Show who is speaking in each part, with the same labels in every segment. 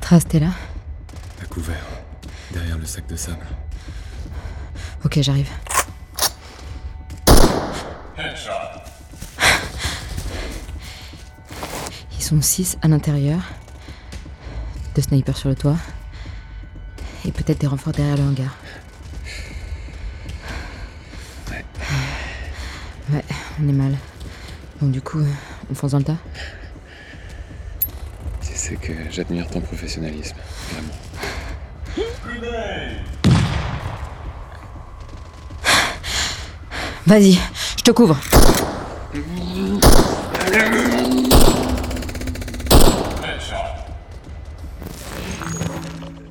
Speaker 1: Trace, t'es là
Speaker 2: À couvert, derrière le sac de sable.
Speaker 1: Ok, j'arrive. Ils sont 6 à l'intérieur. Deux snipers sur le toit. Et peut-être des renforts derrière le hangar. Ouais, on est mal. Bon, du coup, euh, on fonce dans le tas
Speaker 2: Tu sais que j'admire ton professionnalisme, vraiment.
Speaker 1: Vas-y, je te couvre.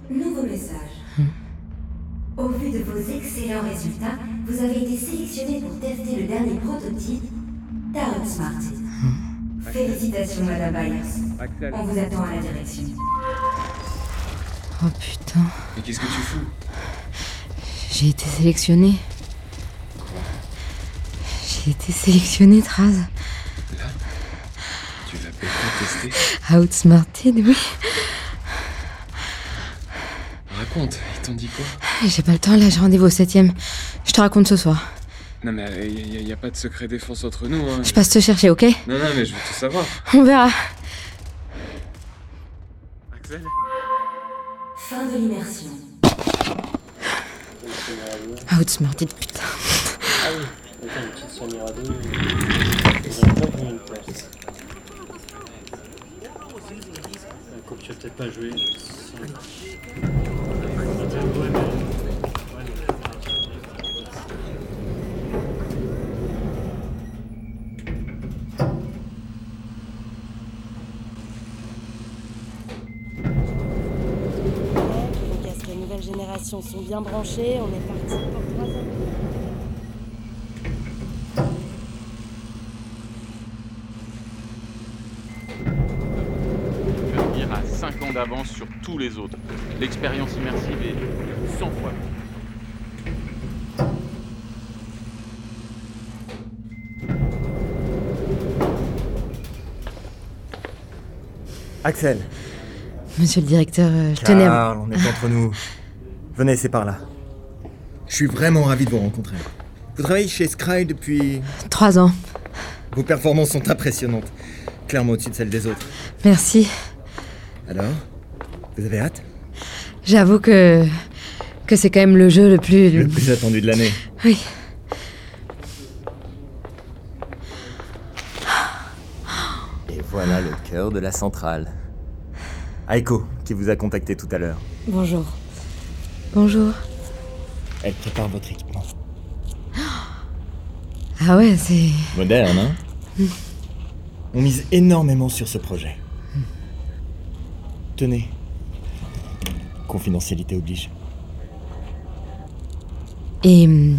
Speaker 3: Nouveau message. Au vu de vos excellents résultats, vous avez été sélectionné pour tester le dernier prototype Tarot Smart. Félicitations, Madame Byers. On vous attend à la direction.
Speaker 1: Oh putain,
Speaker 2: Mais qu'est-ce que tu fous
Speaker 1: j'ai été sélectionnée. J'ai été sélectionnée, Traz.
Speaker 2: Là Tu vas peut tester
Speaker 1: Outsmarted, oui.
Speaker 2: Raconte, ils t'ont dit quoi
Speaker 1: Ah, J'ai pas le temps, là, j'ai rendez-vous au 7ème. Je te raconte ce soir.
Speaker 2: Non mais il n'y a, pas de secret défense entre nous, hein.
Speaker 1: Je passe te chercher, ok
Speaker 2: Non, non, mais je veux tout savoir.
Speaker 1: On verra.
Speaker 2: Axel
Speaker 3: Fin de l'immersion.
Speaker 1: Ah, Outsmarted, putain.
Speaker 4: Coupe, tu vas peut-être pas jouer.
Speaker 5: Les casques la nouvelle génération sont bien branchés, on est parti pour trois ans.
Speaker 6: Fermir a 5 ans d'avance sur tous les autres. L'expérience immersive est 100 fois.
Speaker 7: Axel,
Speaker 1: Monsieur le directeur, euh, je tenais à...
Speaker 7: Karl, on est entre nous. Venez, c'est par là. Je suis vraiment ravi de vous rencontrer. Vous travaillez chez Scry depuis.
Speaker 1: Trois ans.
Speaker 7: Vos performances sont impressionnantes, clairement au-dessus de celles des autres.
Speaker 1: Merci.
Speaker 7: Alors Vous avez hâte
Speaker 1: J'avoue que... Que c'est quand même le jeu le plus...
Speaker 7: Le plus attendu de l'année.
Speaker 1: Oui.
Speaker 7: Voilà le cœur de la centrale. Aiko, qui vous a contacté tout à l'heure.
Speaker 5: Bonjour.
Speaker 1: Bonjour.
Speaker 7: Elle prépare votre équipement.
Speaker 1: Ah ouais, c'est.
Speaker 7: Moderne, hein On mise énormément sur ce projet. Tenez. Confidentialité oblige.
Speaker 1: Et. hum,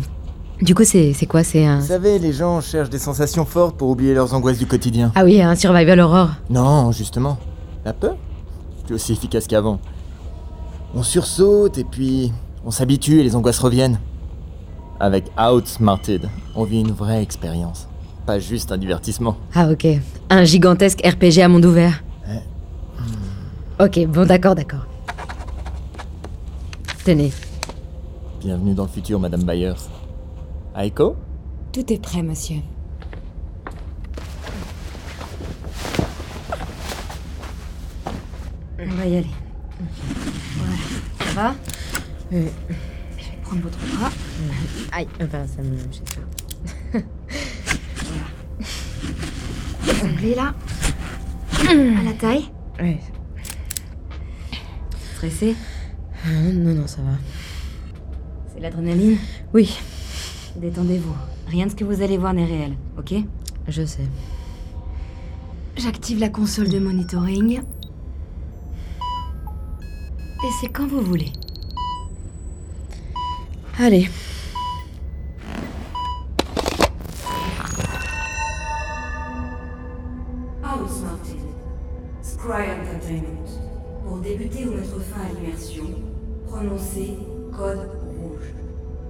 Speaker 1: Du coup, c'est c'est quoi C'est un.
Speaker 7: Vous savez, les gens cherchent des sensations fortes pour oublier leurs angoisses du quotidien.
Speaker 1: Ah oui, un survival horror.
Speaker 7: Non, justement. La peur Plus aussi efficace qu'avant. On sursaute et puis on s'habitue et les angoisses reviennent. Avec Outsmarted, on vit une vraie expérience. Pas juste un divertissement.
Speaker 1: Ah ok. Un gigantesque RPG à monde ouvert. Ok, bon, d'accord, d'accord. Tenez.
Speaker 7: Bienvenue dans le futur, Madame Byers. Ah, Aiko
Speaker 4: Tout est prêt, monsieur. On va y aller. Voilà, ça va
Speaker 1: Oui.
Speaker 4: Je vais prendre votre bras.
Speaker 1: Euh. Aïe, enfin, ça me. je sais pas.
Speaker 4: Assemblée là. à la taille.
Speaker 1: Oui.
Speaker 4: Stressé
Speaker 1: Euh, Non, non, ça va.
Speaker 4: C'est l'adrénaline
Speaker 1: Oui,
Speaker 4: Détendez-vous. Rien de ce que vous allez voir n'est réel, ok
Speaker 1: je sais.
Speaker 4: J'active la console de monitoring. Et c'est quand vous voulez.
Speaker 1: Allez.
Speaker 3: House Martin, Scry Entertainment. Pour débuter ou mettre fin à l'immersion, prononcez code rouge.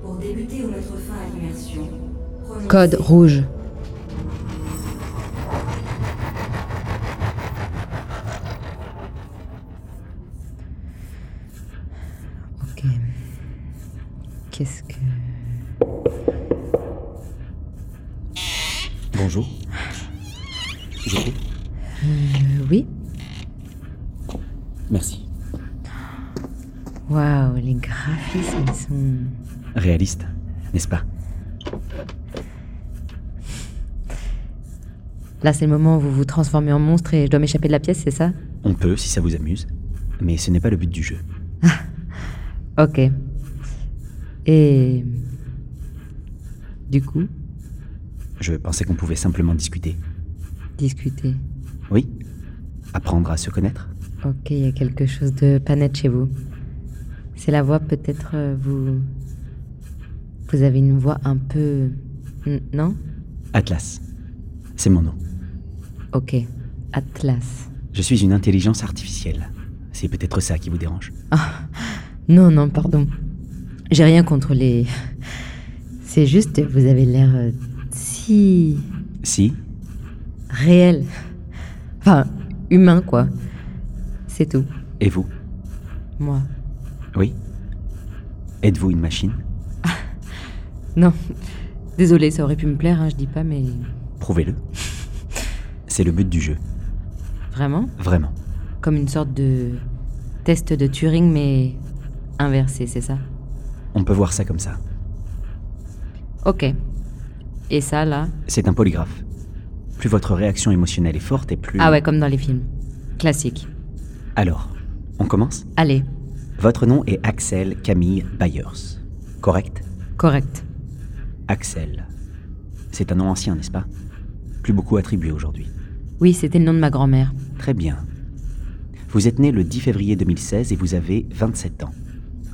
Speaker 3: Pour débuter ou mettre fin à l'immersion, prononcez
Speaker 1: Code rouge. Ok. Qu'est-ce que.
Speaker 2: Bonjour. Je peux
Speaker 1: Euh, oui
Speaker 2: Merci.
Speaker 1: Waouh, les graphismes, ils sont.
Speaker 2: Réaliste, n'est-ce pas
Speaker 1: Là, c'est le moment où vous vous transformez en monstre et je dois m'échapper de la pièce, c'est ça
Speaker 2: On peut si ça vous amuse, mais ce n'est pas le but du jeu.
Speaker 1: Ok. Et. Du coup,
Speaker 2: Je pensais qu'on pouvait simplement discuter.
Speaker 1: discuter.
Speaker 2: Oui Apprendre à se connaître
Speaker 1: Ok, il y a quelque chose de pas net chez vous. C'est la voix, peut-être euh, vous. Vous avez une voix un peu. N- Non
Speaker 2: Atlas. C'est mon nom.
Speaker 1: Ok. Atlas.
Speaker 2: Je suis une intelligence artificielle. C'est peut-être ça qui vous dérange.
Speaker 1: Non, non, pardon. J'ai rien contre les. C'est juste, vous avez l'air euh, si.
Speaker 2: Si
Speaker 1: réel. Enfin, humain, quoi. C'est tout.
Speaker 2: Et vous
Speaker 1: Moi.
Speaker 2: Oui Êtes-vous une machine
Speaker 1: Non. Désolée, ça aurait pu me plaire, hein, je dis pas, mais.
Speaker 2: Prouvez-le. C'est le but du jeu.
Speaker 1: Vraiment
Speaker 2: Vraiment.
Speaker 1: Comme une sorte de test de Turing, mais inversé, c'est ça
Speaker 2: On peut voir ça comme ça.
Speaker 1: Ok. Et ça, là
Speaker 2: C'est un polygraphe. Plus votre réaction émotionnelle est forte et plus...
Speaker 1: Ah ouais, comme dans les films. Classique.
Speaker 2: Alors, on commence
Speaker 1: Allez,
Speaker 2: Votre nom est Axel Camille Byers. Correct
Speaker 1: correct.
Speaker 2: Axel. C'est un nom ancien, n'est-ce pas Plus beaucoup attribué aujourd'hui.
Speaker 1: Oui, c'était le nom de ma grand-mère.
Speaker 2: Très bien. Vous êtes né le 10 février 2016 et vous avez 27 ans.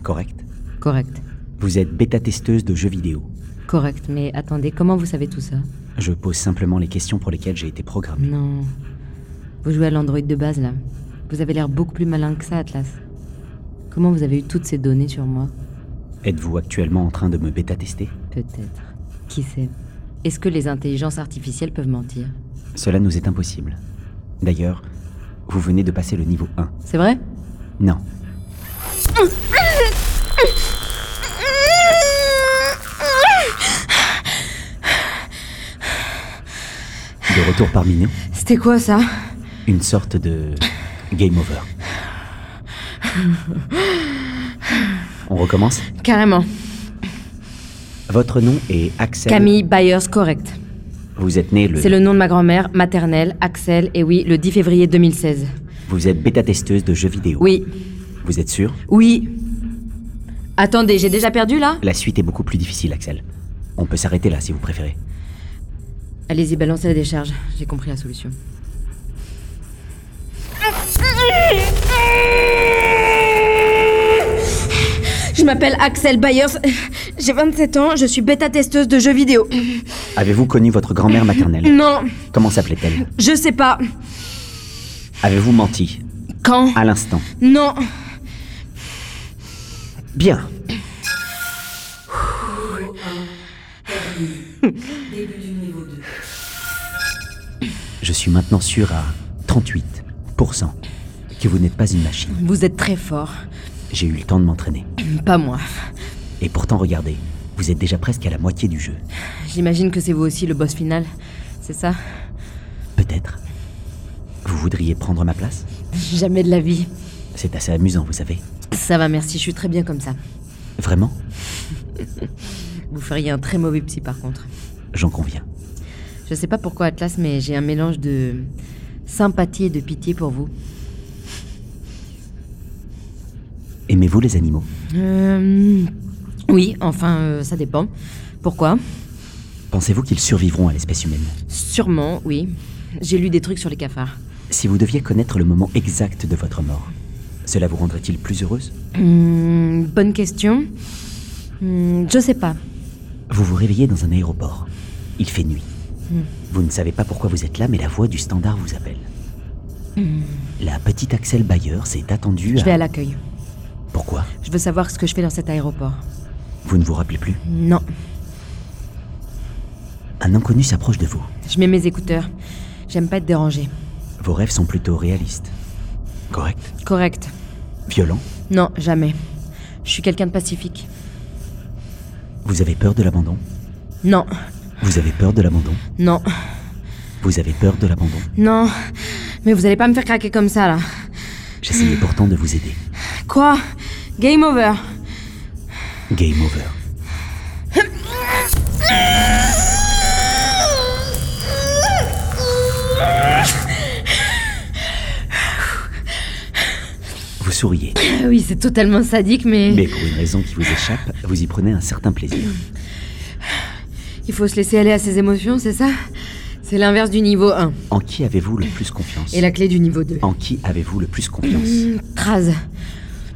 Speaker 2: Correct
Speaker 1: Correct.
Speaker 2: Vous êtes bêta-testeuse de jeux vidéo.
Speaker 1: Correct, mais attendez, comment vous savez tout ça
Speaker 2: Je pose simplement les questions pour lesquelles j'ai été programmé.
Speaker 1: Non. Vous jouez à l'Android de base, là. Vous avez l'air beaucoup plus malin que ça, Atlas. Comment vous avez eu toutes ces données sur moi
Speaker 2: Êtes-vous actuellement en train de me bêta-tester
Speaker 1: Peut-être. Qui sait Est-ce que les intelligences artificielles peuvent mentir
Speaker 2: Cela nous est impossible. D'ailleurs, vous venez de passer le niveau 1.
Speaker 1: C'est vrai
Speaker 2: Non. De retour parmi nous,
Speaker 1: C'était quoi ça
Speaker 2: une sorte de game over. On recommence
Speaker 1: Carrément.
Speaker 2: Votre nom est Axel.
Speaker 1: Camille Byers, correct.
Speaker 2: Vous êtes né le.
Speaker 1: C'est le nom de ma grand-mère, maternelle, Axel, et oui, le 10 février 2016.
Speaker 2: Vous êtes bêta-testeuse de jeux vidéo.
Speaker 1: Oui.
Speaker 2: Vous êtes sûr
Speaker 1: Oui. Attendez, j'ai déjà perdu là
Speaker 2: La suite est beaucoup plus difficile, Axel. On peut s'arrêter là si vous préférez.
Speaker 1: Allez-y, balancez la décharge. J'ai compris la solution. Je m'appelle Axel Byers. J'ai 27 ans, je suis bêta-testeuse de jeux vidéo.
Speaker 2: Avez-vous connu votre grand-mère maternelle
Speaker 1: Non,
Speaker 2: Comment s'appelait-elle
Speaker 1: je sais pas.
Speaker 2: Avez-vous menti
Speaker 1: Quand
Speaker 2: À l'instant.
Speaker 1: Non.
Speaker 2: Bien.
Speaker 8: Début du niveau 2.
Speaker 2: Je suis maintenant sûr à 38% que vous n'êtes pas une machine.
Speaker 1: Vous êtes très fort.
Speaker 2: J'ai eu le temps de m'entraîner.
Speaker 1: Pas moi.
Speaker 2: Et pourtant, regardez, vous êtes déjà presque à la moitié du jeu.
Speaker 1: J'imagine que c'est vous aussi le boss final. C'est ça
Speaker 2: Peut-être. Vous voudriez prendre ma place
Speaker 1: Jamais de la vie.
Speaker 2: Bah, C'est assez amusant, vous savez.
Speaker 1: Ça va, merci, je suis très bien comme ça.
Speaker 2: Vraiment
Speaker 1: Vous feriez un très mauvais psy par contre.
Speaker 2: J'en conviens.
Speaker 1: Je sais pas pourquoi Atlas, mais j'ai un mélange de sympathie et de pitié pour vous.
Speaker 2: Aimez-vous les animaux
Speaker 1: Euh, Oui, enfin, euh, ça dépend. Pourquoi
Speaker 2: Pensez-vous qu'ils survivront à l'espèce humaine
Speaker 1: Sûrement, oui. J'ai lu des trucs sur les cafards.
Speaker 2: Si vous deviez connaître le moment exact de votre mort, cela vous rendrait-il plus heureuse
Speaker 1: Hmm, bonne question. Hmm, je sais pas.
Speaker 2: Vous vous réveillez dans un aéroport. Il fait nuit.
Speaker 1: Hmm.
Speaker 2: Vous ne savez pas pourquoi vous êtes là, mais la voix du standard vous appelle.
Speaker 1: Hmm.
Speaker 2: La petite Axel Bayer s'est attendue
Speaker 1: Je vais
Speaker 2: à...
Speaker 1: à l'accueil.
Speaker 2: Pourquoi
Speaker 1: Je veux savoir ce que je fais dans cet aéroport.
Speaker 2: Vous ne vous rappelez plus
Speaker 1: Non,
Speaker 2: Un inconnu s'approche de vous.
Speaker 1: je mets mes écouteurs. J'aime pas être dérangée.
Speaker 2: Vos rêves sont plutôt réalistes. Correct.
Speaker 1: Correct.
Speaker 2: Violent.
Speaker 1: Non, jamais. Je suis quelqu'un de pacifique.
Speaker 2: Vous avez peur de l'abandon
Speaker 1: Non,
Speaker 2: Vous avez peur de l'abandon
Speaker 1: non,
Speaker 2: Vous avez peur de l'abandon
Speaker 1: non. Mais vous allez pas me faire craquer comme ça là.
Speaker 2: J'essayais pourtant de vous aider.
Speaker 1: Quoi Game over.
Speaker 2: Game over. Vous souriez,
Speaker 1: Ah Oui, c'est totalement sadique, mais...
Speaker 2: mais pour une raison qui vous échappe, vous y prenez un certain plaisir.
Speaker 1: il faut se laisser aller à ses émotions, c'est ça C'est l'inverse du niveau 1
Speaker 2: En qui avez-vous le plus confiance
Speaker 1: et la clé du niveau 2.
Speaker 2: En qui avez-vous le plus confiance
Speaker 1: Hmm, Traz.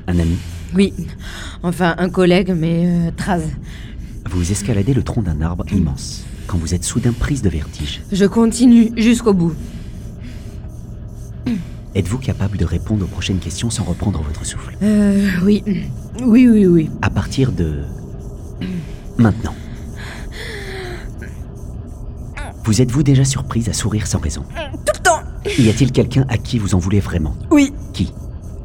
Speaker 2: Un ami
Speaker 1: Oui. Enfin, un collègue, mais euh, Traz.
Speaker 2: Vous escaladez le tronc d'un arbre immense, quand vous êtes soudain prise de vertige.
Speaker 1: Je continue jusqu'au bout.
Speaker 2: Êtes-vous capable de répondre aux prochaines questions sans reprendre votre souffle
Speaker 1: Euh, oui. Oui, oui, oui.
Speaker 2: À partir de... Maintenant. Vous êtes-vous déjà surprise à sourire sans raison
Speaker 1: Tout le temps
Speaker 2: Y a-t-il quelqu'un à qui vous en voulez vraiment
Speaker 1: Oui.
Speaker 2: Qui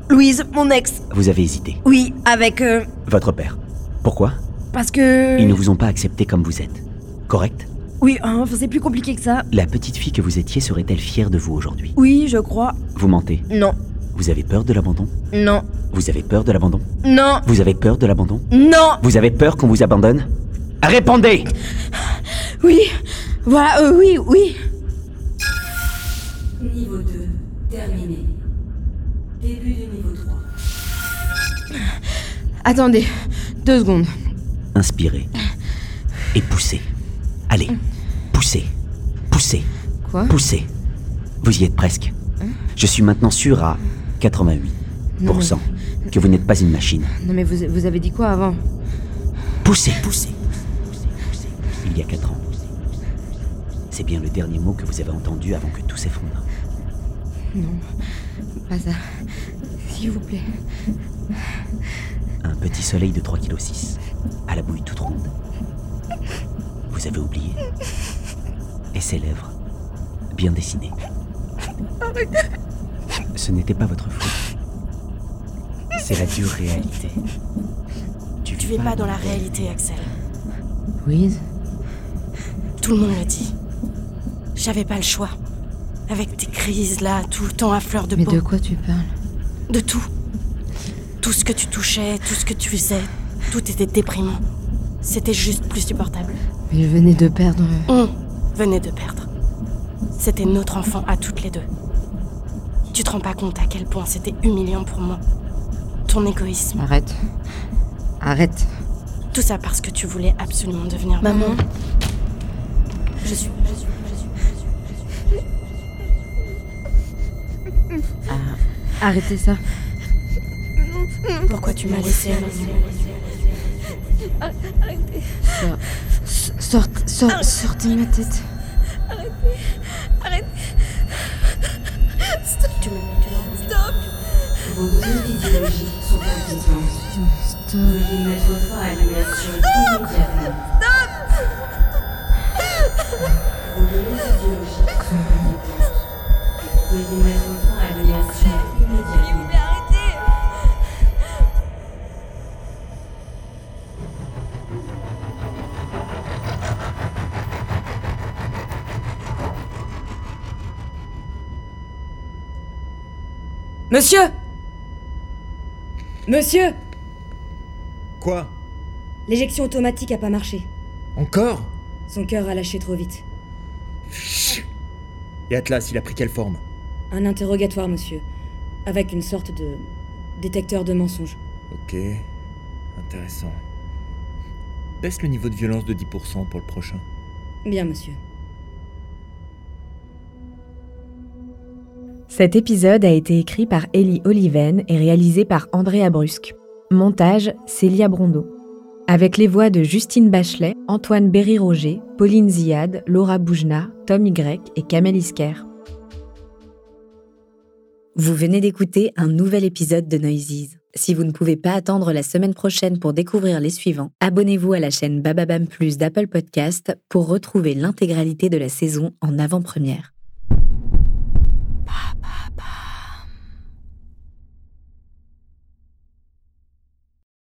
Speaker 1: Louise, mon ex.
Speaker 2: Vous avez hésité.
Speaker 1: Oui, avec... euh,
Speaker 2: Votre père. Pourquoi
Speaker 1: parce que...
Speaker 2: Ils ne vous ont pas accepté comme vous êtes. Correct
Speaker 1: Oui, hein, enfin, c'est plus compliqué que ça.
Speaker 2: La petite fille que vous étiez serait-elle fière de vous aujourd'hui
Speaker 1: Oui, je crois.
Speaker 2: Vous mentez.
Speaker 1: Non,
Speaker 2: Vous avez peur de l'abandon
Speaker 1: non,
Speaker 2: Vous avez peur de l'abandon
Speaker 1: non,
Speaker 2: Vous avez peur de l'abandon
Speaker 1: non
Speaker 2: Vous avez peur qu'on vous abandonne Répondez
Speaker 1: Oui, voilà, euh, oui, oui.
Speaker 8: Niveau 2, terminé. Début du niveau 3.
Speaker 1: Attendez, deux secondes.
Speaker 2: Inspirez. Et poussez. Allez. Poussez. Poussez.
Speaker 1: Quoi
Speaker 2: Poussez. Vous y êtes presque. Je suis maintenant sûr à 88% que vous n'êtes pas une machine.
Speaker 1: Non mais vous, vous avez dit quoi avant
Speaker 2: Poussez, poussez. Il y a 4 ans. C'est bien le dernier mot que vous avez entendu avant que tout s'effondre.
Speaker 1: Pas ça. S'il vous plaît.
Speaker 2: Un petit soleil de 3,6 kg, à la bouille toute ronde. Vous avez oublié. Et ses lèvres, bien dessinées. Ce n'était pas votre faute. C'est la dure réalité. Tu,
Speaker 3: Tu es pas dans la réalité, Axel.
Speaker 9: Louise
Speaker 1: Euh,
Speaker 3: Tout le monde le dit. J'avais pas le choix. Avec tes crises là, tout le temps à fleur de
Speaker 9: Mais
Speaker 3: peau.
Speaker 9: de quoi tu parles
Speaker 3: De tout. Tout ce que tu touchais, tout ce que tu faisais, tout était déprimant. C'était juste plus supportable.
Speaker 1: Oh.
Speaker 9: Mais je venais de perdre...
Speaker 3: On
Speaker 7: venait de perdre. C'était notre enfant à toutes les deux. Tu te rends pas compte à quel point c'était humiliant pour moi. Ton égoïsme.
Speaker 10: Arrête. Arrête.
Speaker 7: Tout ça parce que tu voulais absolument devenir maman. Je suis. je suis-
Speaker 10: Arrêtez ça.
Speaker 7: Pourquoi tu m'as laissé à l'abandon
Speaker 11: Arrêtez.
Speaker 10: Sors- s- Sortez,
Speaker 9: Ah.
Speaker 10: sort, sortez de ma tête.
Speaker 11: Arrêtez. Arrêtez. Stop. Stop.
Speaker 12: Vos besoins physiologiques sont inquiétants. Veuillez mettre fin à l'immersion immédiatement. Vos besoins physiologiques sont inquiétants. Veuillez mettre fin à l'immersion immédiatement.
Speaker 10: Monsieur Monsieur
Speaker 13: Quoi
Speaker 14: L'éjection automatique a pas marché.
Speaker 13: Encore
Speaker 14: Son cœur a lâché trop vite.
Speaker 13: Et Atlas, il a pris quelle forme
Speaker 14: Un interrogatoire, monsieur. Avec une sorte de détecteur de mensonges.
Speaker 15: Ok, intéressant. Baisse le niveau de violence de 10% pour le prochain.
Speaker 14: Bien, monsieur.
Speaker 1: Cet épisode a été écrit par Ellie Oliven et réalisé par Andrea Brusque. Montage, Célia Brondeau. Avec les voix de Justine Bachelet, Antoine Berry-Roger, Pauline Ziad, Laura
Speaker 3: Ah.
Speaker 1: Boujna, Tom Y et Kamel Isker.
Speaker 3: Vous venez d'écouter un nouvel épisode de Noises. Si vous ne pouvez pas attendre la semaine prochaine pour découvrir les suivants, abonnez-vous à la chaîne Bababam Plus d'Apple Podcast pour retrouver l'intégralité de la saison en avant-première.